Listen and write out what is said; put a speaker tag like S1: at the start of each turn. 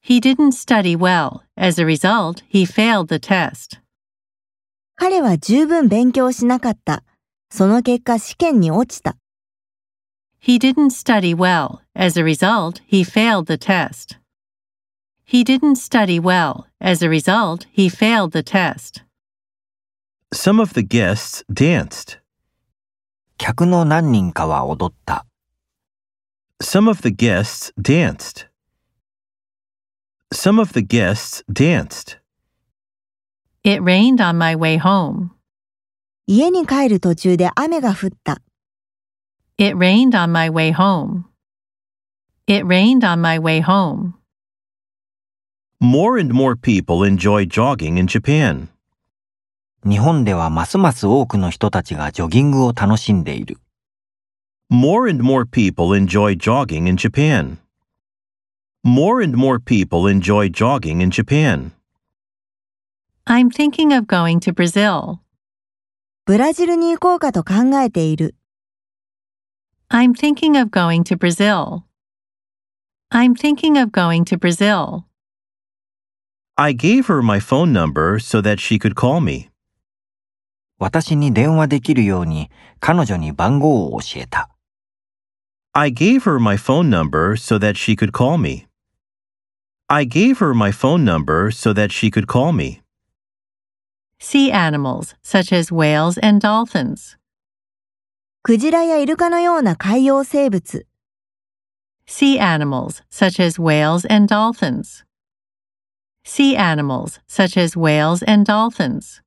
S1: He didn't study well. As a result, he failed the test.
S2: 彼は十分勉強しなかった。その結果試験に落ちた。
S1: He didn't study well. As a result, he failed the test. He didn't study well. As a result, he failed the test.
S3: Some of the guests danced.
S4: 客の何人かは踊った。
S3: Some of the guests danced. Some of the guests danced.
S1: It rained on my way home.
S2: 家に帰る途中で雨が降った。
S1: It rained on my way home. It rained on my way home.
S3: More and more people enjoy jogging in Japan.
S4: 日本ではますます多くの人たちがジョギングを楽しんでいる。
S3: More and more people enjoy jogging in Japan. More and more people enjoy jogging in Japan.
S1: I'm thinking of going to Brazil.
S2: ブラジルに行こうかと考えている。
S1: I'm thinking of going to Brazil. I'm thinking of going to Brazil.
S3: I gave her my phone number so that she could call me.
S4: 私に電話できるように彼女に番号を教えた。
S3: I gave her my phone number so that she could call me. I gave her my phone number so that she could call me.
S1: Sea animals, such as whales and dolphins.
S2: クジラやイルカのような海洋生物。
S1: Sea animals, such as whales and dolphins. Sea animals, such as whales and dolphins.